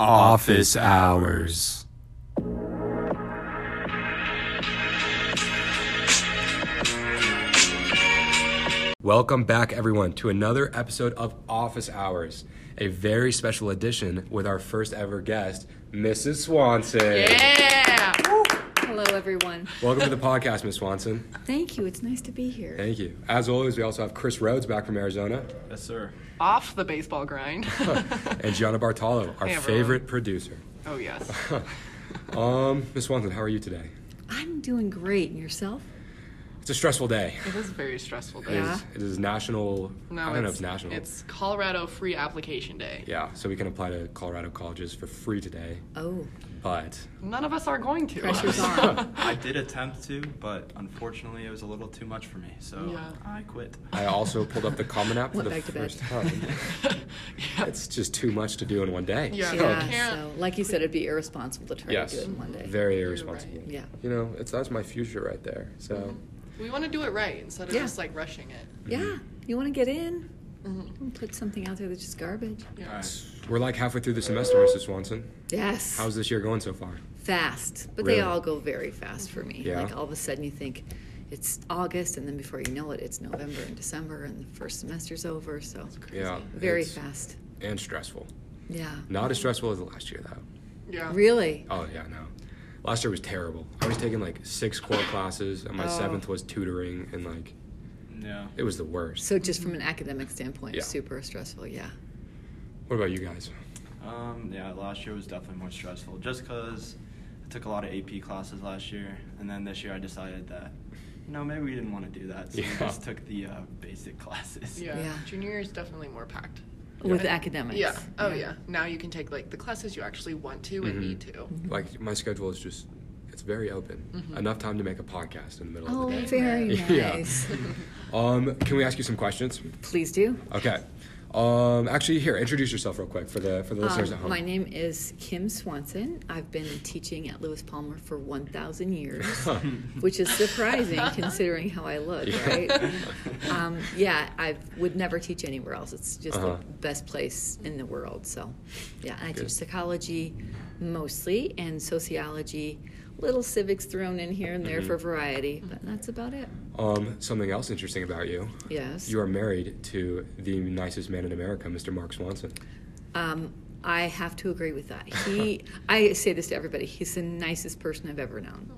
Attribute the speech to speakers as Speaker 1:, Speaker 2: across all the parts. Speaker 1: Office hours. Welcome back, everyone, to another episode of Office Hours, a very special edition with our first ever guest, Mrs. Swanson.
Speaker 2: Yeah. Hello, everyone.
Speaker 1: Welcome to the podcast, Miss Swanson.
Speaker 2: Thank you. It's nice to be here.
Speaker 1: Thank you. As always, we also have Chris Rhodes back from Arizona
Speaker 3: Yes, sir.
Speaker 4: off the baseball grind.
Speaker 1: and Gianna Bartolo, our
Speaker 4: Hey, everyone.
Speaker 1: favorite producer.
Speaker 4: oh yes.
Speaker 1: Um, Miss Swanson, how are you today?
Speaker 2: I'm doing great. And yourself?
Speaker 1: It's a stressful day.
Speaker 4: It is a very stressful
Speaker 1: It
Speaker 4: day.
Speaker 1: is-
Speaker 2: Yeah.
Speaker 1: It is national.
Speaker 4: No,
Speaker 1: I
Speaker 4: it's,
Speaker 1: don't know if it's national.
Speaker 4: It's Colorado Free Application Day.
Speaker 1: yeah, so we can apply to Colorado colleges for free today,
Speaker 2: Oh,
Speaker 1: but
Speaker 4: None of us are going to.
Speaker 2: pressure's on.
Speaker 3: I did attempt to, but unfortunately, it was a little too much for me, so
Speaker 4: Yeah.
Speaker 3: I quit.
Speaker 1: I also pulled up the Common App for
Speaker 2: Went
Speaker 1: the
Speaker 2: back to bed.
Speaker 1: first time. It's just too much to do in one day.
Speaker 4: Yeah.
Speaker 2: Yeah.
Speaker 4: Can't-
Speaker 2: So, like you said, it'd be irresponsible to try
Speaker 1: Yes.
Speaker 2: to do it in one day.
Speaker 1: Very irresponsible.
Speaker 2: Yeah.
Speaker 1: You know, it's that's my future right there. So
Speaker 4: we want to do it right instead of
Speaker 2: Yeah.
Speaker 4: just like rushing it.
Speaker 2: Yeah. You want to get in? and Put something out there that's just garbage.
Speaker 4: Yeah.
Speaker 3: All right.
Speaker 4: Mm-hmm.
Speaker 1: we're like halfway through the semester, Mrs. Swanson.
Speaker 2: Yes.
Speaker 1: How's this year going so far?
Speaker 2: fast, but
Speaker 1: Really?
Speaker 2: they all go very fast for me.
Speaker 1: Yeah.
Speaker 2: Like all of a sudden you think it's August, and then before you know it, it's November and December, and the first semester's over. So
Speaker 1: Yeah.
Speaker 2: very
Speaker 1: it's-
Speaker 2: fast.
Speaker 1: And stressful.
Speaker 2: Yeah.
Speaker 1: Not as stressful as last year though.
Speaker 4: Yeah.
Speaker 2: Really?
Speaker 1: Oh yeah, no. Last year was terrible. I was taking like six core classes, and my
Speaker 2: Oh.
Speaker 1: seventh was tutoring, and like
Speaker 3: Yeah.
Speaker 1: it was the worst.
Speaker 2: So just from an academic standpoint,
Speaker 1: Yeah.
Speaker 2: super stressful. Yeah.
Speaker 1: What about you guys?
Speaker 3: Um, yeah, last year was definitely more stressful just because I took a lot of AP classes last year, and then this year I decided that, you know, maybe we didn't want to do that, so
Speaker 1: Yeah.
Speaker 3: we just took the uh, basic classes.
Speaker 4: Yeah.
Speaker 2: Yeah.
Speaker 4: Junior year is definitely more packed.
Speaker 2: With academics.
Speaker 4: Yeah. Oh yeah. Now you can take like the classes you actually want to and need to.
Speaker 1: Like my schedule is just it's very open. Enough time to make a podcast in the middle
Speaker 2: Mm-hmm. Oh,
Speaker 1: of the day.
Speaker 2: very
Speaker 1: Yeah.
Speaker 2: nice.
Speaker 1: Um, can we ask you some questions?
Speaker 2: Please do.
Speaker 1: Okay. Um, actually, here, introduce yourself real quick for the for the listeners at
Speaker 2: Um,
Speaker 1: home.
Speaker 2: my name is Kim Swanson. I've been teaching at Lewis Palmer for 1,000 years, which is surprising considering how I look, right? Um, yeah, I would never teach anywhere else. It's just
Speaker 1: Uh-huh.
Speaker 2: the best place in the world. So, yeah, I teach psychology mostly and sociology, little civics thrown in here and there
Speaker 1: Mm-hmm.
Speaker 2: for variety, but that's about it.
Speaker 1: Um, something else interesting about you.
Speaker 2: Yes.
Speaker 1: You are married to the nicest man in America, Mr. Mark Swanson.
Speaker 2: Um, I have to agree with that. He, I say this to everybody. He's the nicest person I've ever known.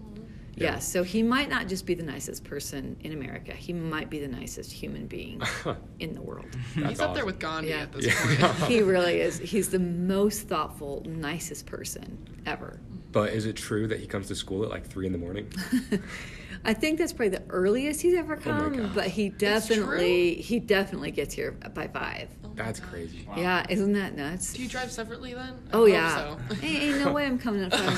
Speaker 2: Yeah.
Speaker 1: Yeah.
Speaker 2: So he might not just be the nicest person in America. He might be the nicest human being in the world.
Speaker 1: That's
Speaker 4: He's up there
Speaker 1: awesome.
Speaker 4: with Gandhi
Speaker 2: Yeah.
Speaker 4: at this
Speaker 1: Yeah.
Speaker 4: point.
Speaker 2: He really is. He's the most thoughtful, nicest person ever.
Speaker 1: But is it true that he comes to school at like three in the morning?
Speaker 2: I think that's probably the earliest he's ever
Speaker 4: Oh
Speaker 1: my
Speaker 2: come,
Speaker 1: God.
Speaker 2: but he definitely he definitely gets here by five.
Speaker 1: That's crazy.
Speaker 3: Wow.
Speaker 2: Yeah, isn't that nuts?
Speaker 4: Do you drive separately then? I
Speaker 2: oh
Speaker 4: hope
Speaker 2: yeah.
Speaker 4: so.
Speaker 2: Hey, ain't no way I'm coming at five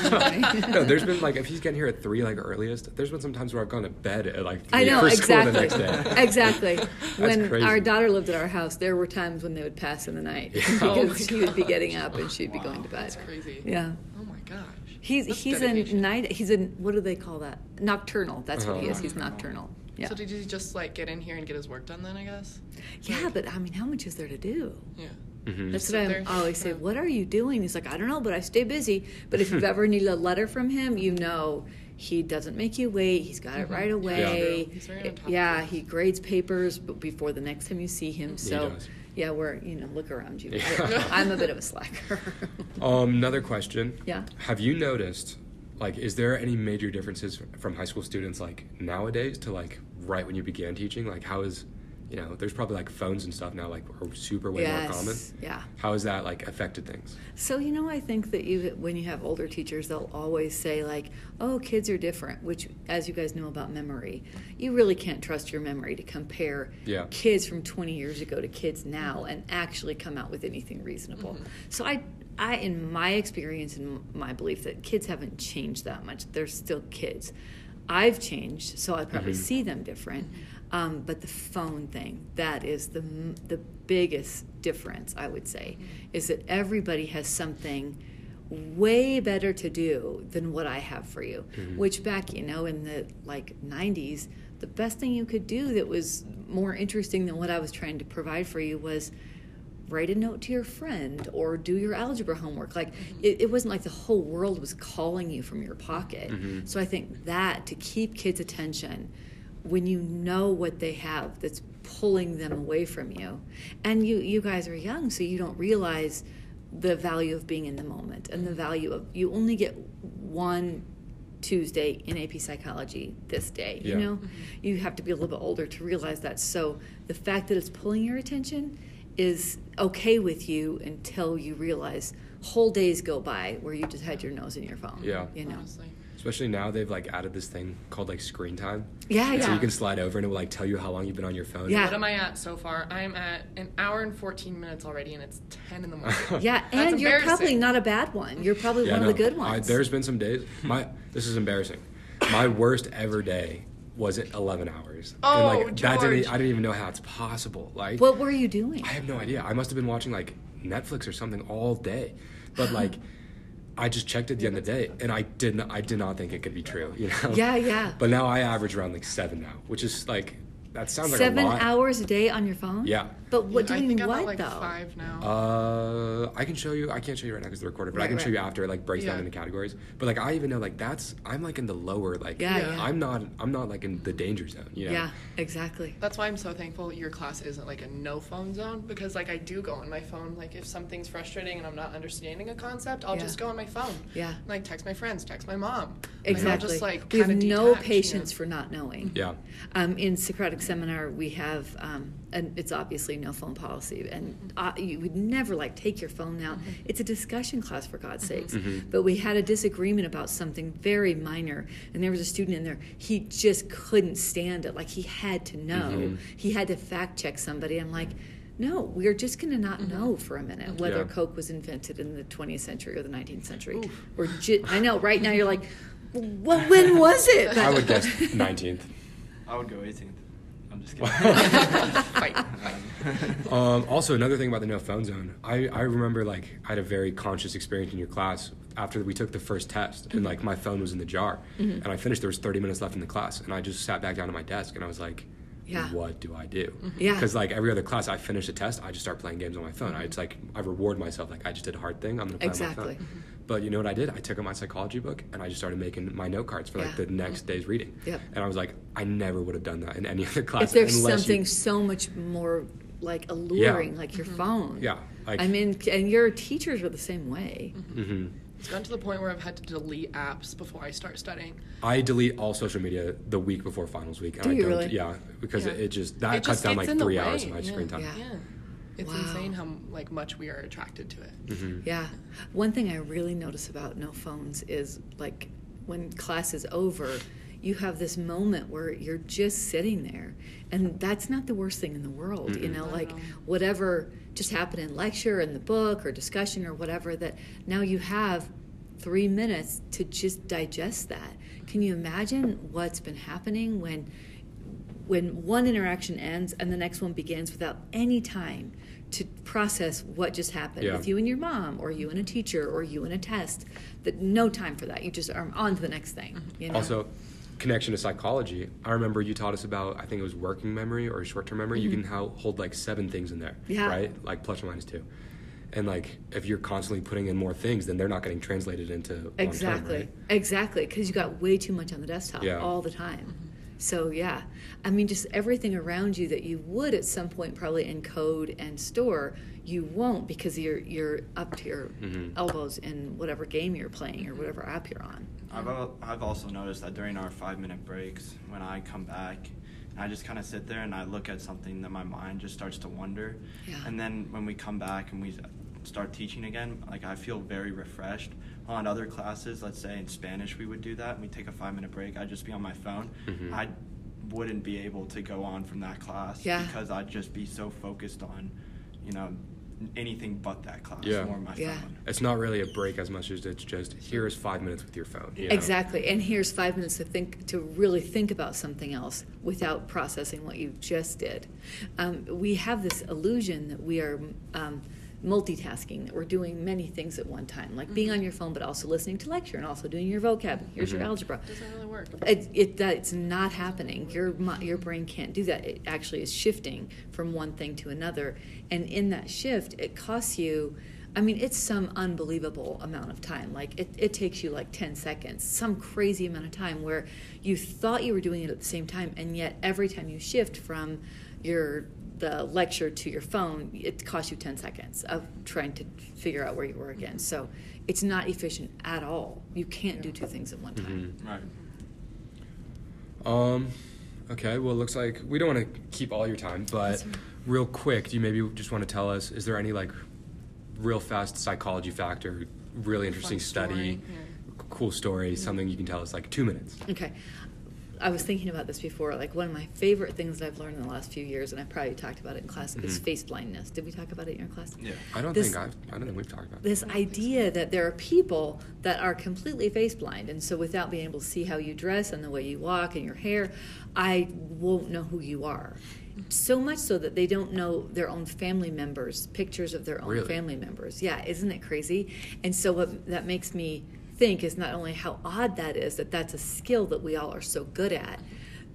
Speaker 2: in the morning.
Speaker 1: No, there's been like if he's getting here at three, like earliest. There's been some times where I've gone to bed at like three
Speaker 2: I know
Speaker 1: for
Speaker 2: exactly.
Speaker 1: school the next day.
Speaker 2: exactly. When
Speaker 1: crazy.
Speaker 2: our daughter lived at our house, there were times when they would pass in the night
Speaker 4: Oh my
Speaker 2: because he would be
Speaker 4: gosh.
Speaker 2: getting up and she'd be going to bed.
Speaker 4: That's crazy.
Speaker 2: Yeah.
Speaker 4: Oh my gosh.
Speaker 2: He's
Speaker 4: That's
Speaker 2: he's
Speaker 4: dedication.
Speaker 2: a night. He's a what do they call that? Nocturnal. That's what he
Speaker 1: Uh-huh.
Speaker 2: is. He's nocturnal. Yeah.
Speaker 4: So did he just like get in here and get his work done then? I guess.
Speaker 2: yeah, but I mean, how much is there to do?
Speaker 4: Yeah.
Speaker 1: Mm-hmm.
Speaker 2: That's
Speaker 4: Sit
Speaker 2: what I
Speaker 4: there.
Speaker 2: am always say.
Speaker 4: Yeah.
Speaker 2: What are you doing? He's like, I don't know, but I stay busy. But if you've ever needed a letter from him, you know he doesn't make you wait. He's got it right away.
Speaker 4: Mm-hmm. He's very on top of
Speaker 2: yeah,
Speaker 4: it.
Speaker 2: he grades papers b- before the next time you see him. So,
Speaker 1: does.
Speaker 2: yeah, we're you know look around you.
Speaker 1: Yeah.
Speaker 2: I, am a bit of a slacker.
Speaker 1: Um, another question.
Speaker 2: Yeah.
Speaker 1: Have you noticed, like, is there any major differences from high school students like nowadays to like right when you began teaching? Like, how is, you know, there's probably like phones and stuff now like are super way more common.
Speaker 2: yes. Yeah.
Speaker 1: How has that like affected things?
Speaker 2: So you know, I think that you when you have older teachers, they'll always say like, "Oh, kids are different," which, as you guys know about memory, you really can't trust your memory to compare
Speaker 1: Yeah.
Speaker 2: kids from 20 years ago to kids now and actually come out with anything reasonable. So I, I, in my experience and my belief that kids haven't changed that much. They're still kids. I've changed, so I probably see them different. Um, but the phone thing, that is the, m- the biggest difference, I would say, is that everybody has something way better to do than what I have for you. Which back, you know, in the like 90s, the best thing you could do that was more interesting than what I was trying to provide for you was write a note to your friend or do your algebra homework. Like it, it wasn't like the whole world was calling you from your pocket.
Speaker 1: Mhm.
Speaker 2: So I think that to keep kids' attention when you know what they have that's pulling them away from you. And you you guys are young so you don't realize the value of being in the moment and the value of you only get one Tuesday in AP psychology this day, you
Speaker 1: Yeah.
Speaker 2: know? you have to be a little bit older to realize that. So the fact that it's pulling your attention is okay with you until you realize whole days go by where you just had your nose in your phone.
Speaker 1: Yeah.
Speaker 2: You know.
Speaker 4: honestly.
Speaker 1: Especially now they've like added this thing called like screen time.
Speaker 2: Yeah,
Speaker 1: And So
Speaker 2: yeah.
Speaker 1: you can slide over and it will like tell you how long you've been on your phone.
Speaker 2: Yeah.
Speaker 4: What am I at so far? I'm at an hour and 14 minutes already, and it's 10 in the morning.
Speaker 2: Yeah,
Speaker 4: That's
Speaker 2: and you're probably
Speaker 4: embarrassing.
Speaker 2: not a bad one. You're probably
Speaker 1: Yeah,
Speaker 2: one
Speaker 1: no,
Speaker 2: of the good
Speaker 1: I-
Speaker 2: ones.
Speaker 1: there's been some days. My this is embarrassing. My worst ever day was at 11 hours.
Speaker 4: Oh,
Speaker 1: and like that didn't. e,
Speaker 4: George.
Speaker 1: I didn't even know how it's possible. Like
Speaker 2: what were you doing?
Speaker 1: I have no idea. I must have been watching like Netflix or something all day, but like. I just checked at the end of the day, and I did not. I did not think it could be true. You know.
Speaker 2: Yeah, yeah.
Speaker 1: But now I average around like seven now, which is like that sounds like
Speaker 2: Seven
Speaker 1: a lot.
Speaker 2: hours a day on your phone?
Speaker 1: Yeah.
Speaker 2: But what
Speaker 4: I
Speaker 2: doing
Speaker 4: think I'm
Speaker 2: what
Speaker 4: at like
Speaker 2: though?
Speaker 4: five now.
Speaker 1: Uh, I can show you. I can't show you right now because the recorder, but I
Speaker 2: Right,
Speaker 1: can show
Speaker 2: right.
Speaker 1: you after. It like breaks down
Speaker 4: Yeah.
Speaker 1: into categories. But like I even know like that's I'm like in the lower like
Speaker 2: Yeah, yeah.
Speaker 1: I'm not I'm not like in the danger zone. You know?
Speaker 2: yeah, exactly.
Speaker 4: That's why I'm so thankful your class isn't like a no phone zone because like I do go on my phone. Like if something's frustrating and I'm not understanding a concept, I'll
Speaker 2: Yeah.
Speaker 4: just go on my phone.
Speaker 2: Yeah.
Speaker 4: Like text my friends, text my mom. Like, I'll
Speaker 2: Exactly.
Speaker 4: just like
Speaker 2: we have
Speaker 4: kinda
Speaker 2: no
Speaker 4: detach, you know?
Speaker 2: patience for not knowing.
Speaker 1: Yeah.
Speaker 2: Um, in Socratic seminar, we have, um, and it's obviously no phone policy, and uh, you would never like take your phone out. It's a discussion class for God's sakes.
Speaker 1: Mm-hmm.
Speaker 2: But we had a disagreement about something very minor, and there was a student in there. He just couldn't stand it. Like he had to know.
Speaker 1: Mm-hmm.
Speaker 2: He had to fact check somebody. I'm like. No, we're just going to not know for a minute whether
Speaker 1: Mm-hmm. Yeah.
Speaker 2: Coke was invented in the 20th century or the 19th century. We're ju- I know, right now you're like, well, when was it?
Speaker 1: I would guess 19th.
Speaker 3: I would go 18th. I'm just
Speaker 4: Fight.
Speaker 3: kidding. Um,
Speaker 1: Um, also, another thing about the no phone zone, I, I remember like I had a very conscious experience in your class after we took the first test, and like my phone was in the jar,
Speaker 2: Mm-hmm.
Speaker 1: and I finished. There was thirty minutes left in the class, and I just sat back down at my desk, and I was like,
Speaker 2: Yeah.
Speaker 1: "What do I do?"
Speaker 2: Yeah.
Speaker 1: because like every other class, I finish a test, I just start playing games on my phone. I, it's like I reward myself, like I just did a hard thing, I'm gonna play on my
Speaker 2: Exactly.
Speaker 1: phone. But you know what I did? I took out my psychology book and I just started making my note cards for like
Speaker 2: Yeah.
Speaker 1: the next day's reading.
Speaker 2: Yep.
Speaker 1: And I was like, I never would have done that in any other class.
Speaker 2: if there's
Speaker 1: unless you-
Speaker 2: something so much more like alluring, like your phone.
Speaker 1: Yeah, like- mm-hmm.
Speaker 2: I mean, and your teachers are the same way.
Speaker 4: It's gotten to the point where I've had to delete apps before I start studying.
Speaker 1: I delete all social media the week before finals week. And
Speaker 2: Do
Speaker 1: I
Speaker 2: you
Speaker 1: don't,
Speaker 2: really?
Speaker 1: Yeah, because
Speaker 4: Yeah.
Speaker 1: It, it just that
Speaker 4: It
Speaker 1: cuts
Speaker 4: just
Speaker 1: down
Speaker 4: gets
Speaker 1: like
Speaker 4: in the
Speaker 1: three hours
Speaker 4: way,
Speaker 1: of my
Speaker 4: yeah.
Speaker 1: screen time.
Speaker 2: Yeah.
Speaker 4: Yeah. It's
Speaker 2: Wow.
Speaker 4: insane how like much we are attracted to it.
Speaker 1: Mm-hmm.
Speaker 2: Yeah. One thing I really notice about no phones is like when class is over, you have this moment where you're just sitting there. And that's not the worst thing in the world. You know,
Speaker 4: Not at
Speaker 2: like
Speaker 4: all.
Speaker 2: whatever just happened in lecture, in the book, or discussion, or whatever, that now you have three minutes to just digest that. Can you imagine what's been happening when? when one interaction ends and the next one begins without any time to process what just happened
Speaker 1: Yeah.
Speaker 2: with you and your mom or you and a teacher or you and a test that no time for that you just are on to the next thing you know?
Speaker 1: Also, connection to psychology. I remember you taught us about I think it was working memory or short term memory. You can how, hold like seven things in there.
Speaker 2: Mm-hmm. Yeah.
Speaker 1: Right, like plus or minus two. And like if you're constantly putting in more things, then they're not getting translated into long-term,
Speaker 2: exactly
Speaker 1: right?
Speaker 2: exactly because you got way too much on the desktop
Speaker 1: Yeah.
Speaker 2: all the time
Speaker 4: Mm-hmm.
Speaker 2: so yeah i mean just everything around you that you would at some point probably encode and store you won't because you're you're up to your
Speaker 1: Mm-hmm.
Speaker 2: elbows in whatever game you're playing or whatever app you're on
Speaker 3: I've, al- I've also noticed that during our five minute breaks, when I come back, I just kind of sit there and I look at something that my mind just starts to wonder.
Speaker 2: Yeah.
Speaker 3: And then when we come back and we s- start teaching again, like I feel very refreshed. On other classes, let's say in Spanish, we would do that and we take a five minute break. I'd just be on my phone.
Speaker 1: Mhm.
Speaker 3: I wouldn't be able to go on from that class
Speaker 2: Yeah.
Speaker 3: because I'd just be so focused on, you know, anything but that class
Speaker 1: Yeah.
Speaker 3: or my
Speaker 2: Yeah.
Speaker 3: phone.
Speaker 1: It's not really a break as much as it's just here is five minutes with your phone. you know?
Speaker 2: Exactly. And here's five minutes to think to really think about something else without processing what you just did. Um, we have this illusion that we are um, multitasking that we're doing many things at one time like
Speaker 4: Mm-hmm.
Speaker 2: being on your phone but also listening to lecture and also doing your vocab here's your
Speaker 1: Mhm.
Speaker 2: algebra
Speaker 4: Doesn't really work.
Speaker 2: it, it that it's not happening your mi- your brain can't do that it actually is shifting from one thing to another and in that shift it costs you i mean it's some unbelievable amount of time like it, it takes you like 10 seconds some crazy amount of time where you thought you were doing it at the same time and yet every time you shift from your the lecture to your phone it costs you 10 seconds of trying to figure out where you were again so it's not efficient at all you can't do two things at one time
Speaker 1: Mhm.
Speaker 3: Right.
Speaker 1: Um, okay. Well, it looks like we don't want to keep all your time, but
Speaker 2: That's all right.
Speaker 1: real quick, do you maybe just want to tell us? Is there any like real fast psychology factor, really interesting study,
Speaker 4: story,
Speaker 1: c- cool story, something you can tell us like two minutes?
Speaker 2: Okay. I was thinking about this before. Like one of my favorite things that I've learned in the last few years, and I probably talked about it in class, is
Speaker 1: Mhm.
Speaker 2: face blindness. Did we talk about it in your class?
Speaker 3: Yeah.
Speaker 1: I don't
Speaker 2: This-
Speaker 1: think I've, I don't think we've talked about
Speaker 2: This
Speaker 1: That.
Speaker 2: idea that there are people that are completely face blind, and so without being able to see how you dress and the way you walk and your hair, I won't know who you are. So much so that they don't know their own family members, pictures of their own
Speaker 1: Really?
Speaker 2: family members. Yeah, isn't it crazy? And so what that makes me think is not only how odd that is that that's a skill that we all are so good at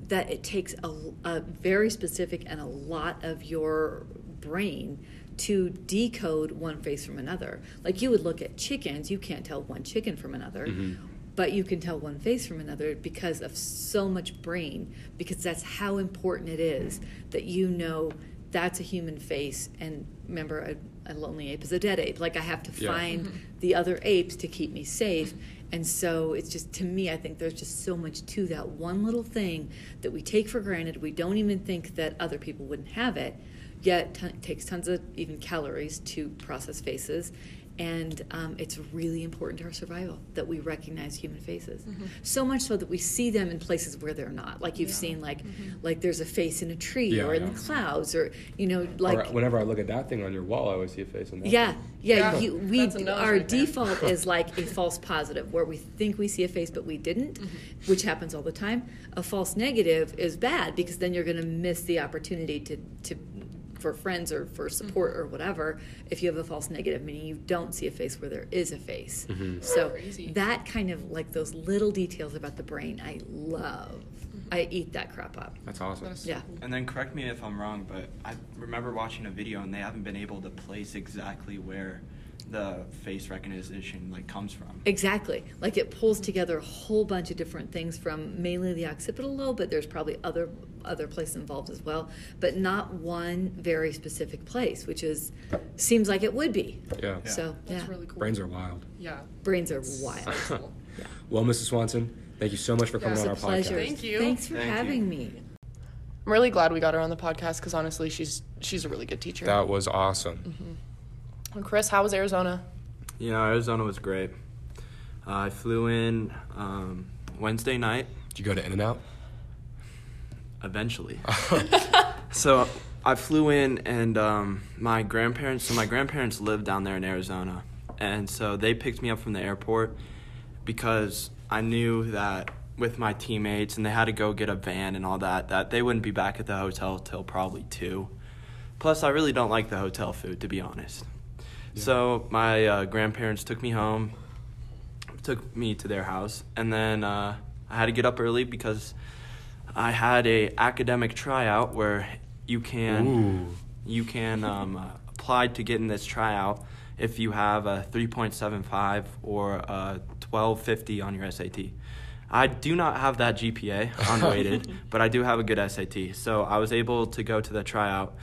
Speaker 2: that it takes a, a very specific and a lot of your brain to decode one face from another like you would look at chickens you can't tell one chicken from another
Speaker 1: Mhm.
Speaker 2: but you can tell one face from another because of so much brain because that's how important it is that you know that's a human face and remember a, a lonely ape is a dead ape like i have to
Speaker 1: Yeah.
Speaker 2: find the other apes to keep me safe and so it's just to me i think there's just so much to that one little thing that we take for granted we don't even think that other people wouldn't have it yet t- it takes tons of even calories to process faces and um, it's really important to our survival that we recognize human faces so much so that we see them in places where they're not like you've
Speaker 3: Yeah.
Speaker 2: seen like like there's a face in a tree
Speaker 1: Yeah,
Speaker 2: or in
Speaker 1: yeah.
Speaker 2: the clouds or you know like
Speaker 1: or uh, whenever I look at that thing on your wall, I always see a face on that.
Speaker 2: yeah,
Speaker 1: thing.
Speaker 2: yeah.
Speaker 4: Yeah,
Speaker 2: You, we
Speaker 4: that's a nose
Speaker 2: our
Speaker 4: right there.
Speaker 2: default is like a false positive, where we think we see a face but we didn't,
Speaker 4: Mm-hmm.
Speaker 2: which happens all the time. A false negative is bad because then you're going to miss the opportunity to to for friends or for support
Speaker 4: Mm-hmm.
Speaker 2: or whatever if you have a false negative meaning you don't see a face where there is a face
Speaker 1: Mhm.
Speaker 2: so
Speaker 4: Crazy.
Speaker 2: that kind of like those little details about the brain i love
Speaker 4: Mm-hmm.
Speaker 2: i eat that crap up
Speaker 1: That's awesome.
Speaker 4: That's-
Speaker 2: yeah
Speaker 3: And then correct me if I'm wrong, but I remember watching a video and they haven't been able to place exactly where the face recognition like comes from.
Speaker 2: Exactly. Like it pulls together a whole bunch of different things from mainly the occipital lobe, but there's probably other other places involved as well, but not one very specific place, which is seems like it would be.
Speaker 1: Yeah.
Speaker 3: Yeah.
Speaker 2: So yeah,
Speaker 4: That's really cool.
Speaker 1: Brains are wild.
Speaker 4: Yeah.
Speaker 2: brains are wild.
Speaker 4: cool.
Speaker 1: Well, Mrs. Swanson, thank you so much for
Speaker 4: Yeah,
Speaker 1: coming
Speaker 4: it's
Speaker 1: on
Speaker 2: It's a
Speaker 1: our
Speaker 2: pleasure.
Speaker 1: podcast.
Speaker 4: Thank you.
Speaker 2: Thanks for
Speaker 3: Thank you.
Speaker 2: having me.
Speaker 4: I'm really glad we got her on the podcast because honestly, she's she's a really good teacher.
Speaker 1: That was awesome.
Speaker 2: Mm-hmm.
Speaker 4: And Chris, how was Arizona?
Speaker 3: You know, Arizona was great. Uh, I flew in um, Wednesday night,
Speaker 1: Did you go to In and Out?
Speaker 3: eventually. so I flew in, and um, my grandparents. So my grandparents live down there in Arizona, and so they picked me up from the airport because I knew that with my teammates, and they had to go get a van and all that. That they wouldn't be back at the hotel till probably two. Plus, I really don't like the hotel food, to be honest. So my uh, grandparents took me home, took me to their house, and then uh, I had to get up early because I had a academic tryout where you can
Speaker 1: Ooh.
Speaker 3: you can um, uh, apply to get in this tryout if you have a 3.75 or a 1250 on your SAT. I do not have that GPA unweighted, but I do have a good SAT. So I was able to go to the tryout.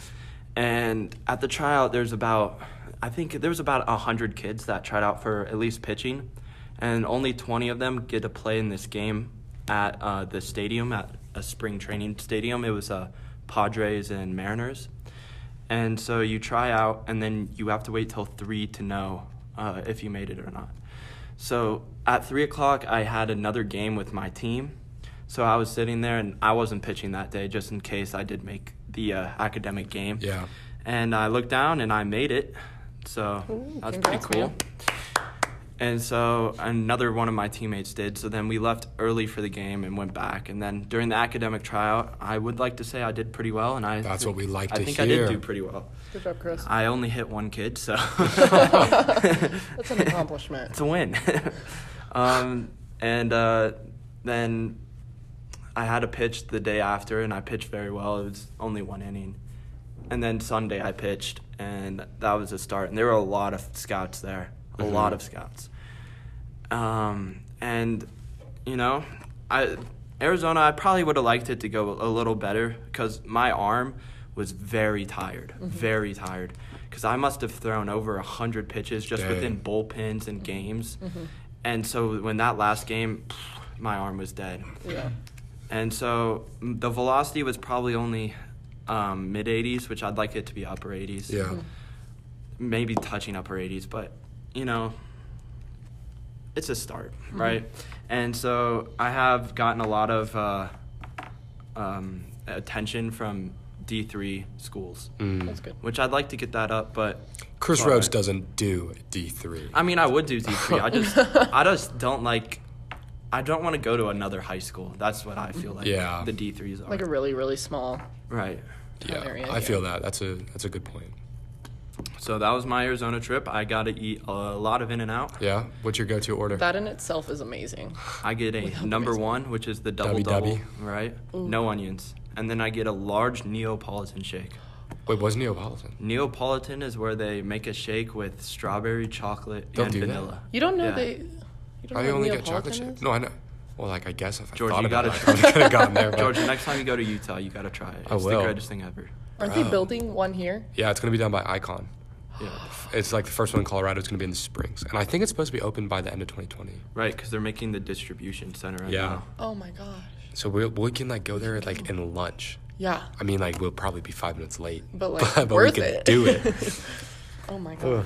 Speaker 3: And at the tryout, there's about, I think there was about 100 kids that tried out for at least pitching. And only 20 of them get to play in this game at uh, the stadium, at a spring training stadium. It was uh, Padres and Mariners. And so you try out, and then you have to wait till three to know uh, if you made it or not. So at three o'clock, I had another game with my team. So I was sitting there, and I wasn't pitching that day, just in case I did make the uh, academic game.
Speaker 1: Yeah.
Speaker 3: And I looked down, and I made it. So
Speaker 4: Ooh,
Speaker 3: that's pretty
Speaker 4: congrats,
Speaker 3: cool.
Speaker 4: man.
Speaker 3: And so another one of my teammates did. So then we left early for the game and went back. And then during the academic tryout, I would like to say I did pretty well. And I
Speaker 1: That's
Speaker 3: think-
Speaker 1: what we like
Speaker 3: I
Speaker 1: to
Speaker 3: think I
Speaker 1: hear.
Speaker 3: did do pretty well.
Speaker 4: Good job, Chris.
Speaker 3: I only hit one kid, so
Speaker 4: That's an accomplishment.
Speaker 3: it's a win. um, and uh, then I had a pitch the day after, and I pitched very well. It was only one inning. And then Sunday I pitched, and that was a start. And there were a lot of scouts there, a lot of scouts. Um, and you know, I Arizona, I probably would have liked it to go a little better because my arm was very tired, very tired. Because I must have thrown over a hundred pitches just
Speaker 1: Dang.
Speaker 3: within bullpens and games, and so when that last game, pff, my arm was dead.
Speaker 4: Yeah.
Speaker 3: And so m- the velocity was probably only um, mid 80s, which I'd like it to be upper 80s.
Speaker 1: Yeah.
Speaker 3: Maybe touching upper 80s, but you know, it's a start,
Speaker 1: Mm-hmm.
Speaker 3: right? And so I have gotten a lot of uh, um, attention from D3 schools,
Speaker 4: That's good.
Speaker 3: which I'd like to get that up, but.
Speaker 1: Mm. Chris
Speaker 3: Sorry.
Speaker 1: Rhodes doesn't do D3.
Speaker 3: I mean, I would do D3. I just, I just don't like. I don't want to go to another high school. That's what I feel like.
Speaker 1: Yeah.
Speaker 3: The D3s are.
Speaker 4: Like a really, really small.
Speaker 3: right.
Speaker 1: yeah,
Speaker 4: area,
Speaker 1: I
Speaker 4: yeah.
Speaker 1: feel that. That's a that's a good point.
Speaker 3: So that was my Arizona trip. I got to eat a lot of In and Out.
Speaker 1: Yeah. What's your go-to order?
Speaker 4: That in itself is amazing.
Speaker 3: I get a number one, which is the double
Speaker 1: Dubby
Speaker 3: double, right? No onions. And then I get a large Neapolitan shake.
Speaker 1: Wait, was Neapolitan?
Speaker 3: Neapolitan is where they make a shake with strawberry, chocolate,
Speaker 1: Don't
Speaker 3: and
Speaker 1: do that.
Speaker 3: vanilla.
Speaker 4: You don't know
Speaker 3: Yeah.
Speaker 4: they. You don't
Speaker 1: I
Speaker 4: know
Speaker 1: only
Speaker 4: what
Speaker 1: get chocolate
Speaker 4: Neapolitan
Speaker 1: chip.
Speaker 4: is?
Speaker 1: No, I know. Well, like I guess if I
Speaker 3: George,
Speaker 1: thought
Speaker 3: you
Speaker 1: about
Speaker 3: gotta
Speaker 1: it, I
Speaker 3: try.
Speaker 1: could have gotten there. but-
Speaker 3: George, the next time you go to Utah, you got to try it. It's
Speaker 1: I will.
Speaker 3: the greatest thing ever.
Speaker 4: Aren't
Speaker 1: Oh.
Speaker 4: they building one here?
Speaker 1: Yeah, it's gonna be done by Icon.
Speaker 3: Yeah.
Speaker 1: It's like the first one in Colorado. It's gonna be in the Springs, and I think it's supposed to be open by the end of 2020.
Speaker 3: Right, because they're making the distribution center right
Speaker 1: Yeah.
Speaker 3: now.
Speaker 4: Oh my gosh.
Speaker 1: So we we can like go there like in lunch.
Speaker 4: Yeah.
Speaker 1: I mean, like we'll probably be five minutes late,
Speaker 4: But like,
Speaker 1: but
Speaker 4: worth
Speaker 1: we can
Speaker 4: it.
Speaker 1: do it.
Speaker 4: oh my gosh.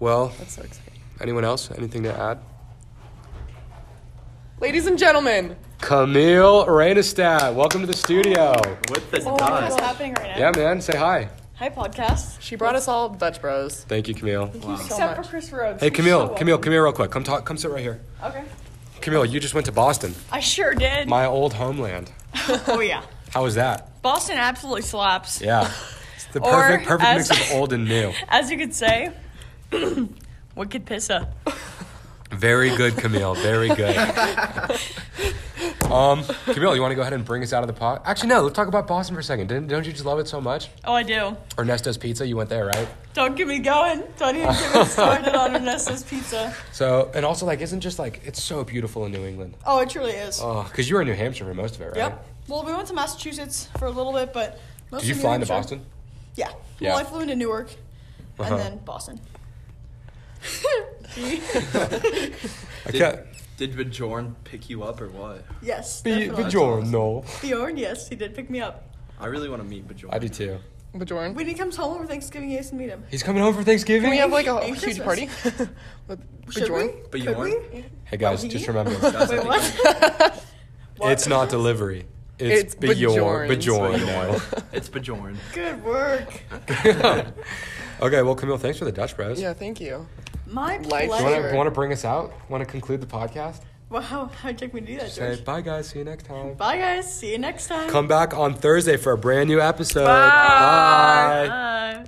Speaker 1: Well,
Speaker 4: That's so exciting.
Speaker 1: anyone else? Anything to add?
Speaker 4: Ladies and gentlemen,
Speaker 1: Camille Rainestad, welcome to the studio.
Speaker 3: With the
Speaker 5: Oh, what's
Speaker 3: dust.
Speaker 5: happening right
Speaker 1: Yeah,
Speaker 5: now?
Speaker 1: man, say hi.
Speaker 5: Hi, podcast.
Speaker 4: she brought us all Dutch Bros.
Speaker 1: Thank you, Camille.
Speaker 5: Except for Chris Rhodes.
Speaker 1: Hey,
Speaker 5: He's
Speaker 1: Camille,
Speaker 5: so
Speaker 1: Camille, come here real quick. Come talk. Come sit right here.
Speaker 5: welcome. Okay.
Speaker 1: Camille, you just went to Boston,
Speaker 5: I sure did.
Speaker 1: my old homeland.
Speaker 5: oh yeah.
Speaker 1: How was that?
Speaker 5: Boston absolutely slaps.
Speaker 1: Yeah. It's the
Speaker 5: Or
Speaker 1: perfect, perfect
Speaker 5: as-
Speaker 1: mix of old and new.
Speaker 5: As you could say, wicked pissa.
Speaker 1: Very good, Camille. Very good. um, Camille, you want to go ahead and bring us out of the pot? Actually, no. Let's talk about Boston for a second. Didn't, don't you just love it so much?
Speaker 5: Oh, I do.
Speaker 1: Ernesto's Pizza. You went there, right?
Speaker 5: Don't get me going. Don't even get me started on Ernesto's pizza.
Speaker 1: So, and also, like, isn't just like it's so beautiful in New England.
Speaker 5: Oh, it truly is.
Speaker 1: Oh, because you were in New Hampshire for most of it, right?
Speaker 5: yep. Well, we went to Massachusetts for a little bit, but
Speaker 1: Did you fly into Boston?
Speaker 5: Yeah.
Speaker 1: Yeah.
Speaker 5: Well, I flew into Newark,
Speaker 1: Uh-huh.
Speaker 5: and then Boston.
Speaker 1: Okay.
Speaker 3: Did Bjorn pick you up or what?
Speaker 5: yes.
Speaker 1: Be,
Speaker 5: definitely.
Speaker 1: Bjorn, no.
Speaker 5: Bjorn, yes, he did pick me up.
Speaker 3: I really want to meet Bjorn.
Speaker 1: I do too.
Speaker 4: Bajoran.
Speaker 5: When he comes home over Thanksgiving, he has to meet him.
Speaker 1: He's coming home for Thanksgiving.
Speaker 4: Can we have like a
Speaker 5: And
Speaker 4: huge
Speaker 5: Christmas.
Speaker 4: party with
Speaker 5: Should
Speaker 4: Bajoran?
Speaker 5: we?
Speaker 3: But you
Speaker 5: Could
Speaker 3: aren't?
Speaker 5: we?
Speaker 1: hey guys,
Speaker 5: he?
Speaker 1: just remember,
Speaker 3: That's
Speaker 5: Wait,
Speaker 3: like-
Speaker 5: what?
Speaker 1: it's not delivery. It's,
Speaker 4: It's
Speaker 1: Bjorn.
Speaker 4: Bjorn's.
Speaker 1: Bjorn. no.
Speaker 3: It's Bjorn.
Speaker 5: Good work.
Speaker 1: okay, well, Camille, thanks for the Dutch Bros.
Speaker 4: Yeah, thank you.
Speaker 5: My
Speaker 4: Life-
Speaker 1: You
Speaker 5: pleasure.
Speaker 1: want to want to bring us out? Want to conclude the podcast?
Speaker 5: Wow, how how'd you make me do that,
Speaker 1: Say
Speaker 5: George?
Speaker 1: bye, guys. See you next time.
Speaker 5: Bye, guys. See you next time.
Speaker 1: Come back on Thursday for a brand new episode. Bye.
Speaker 5: Bye.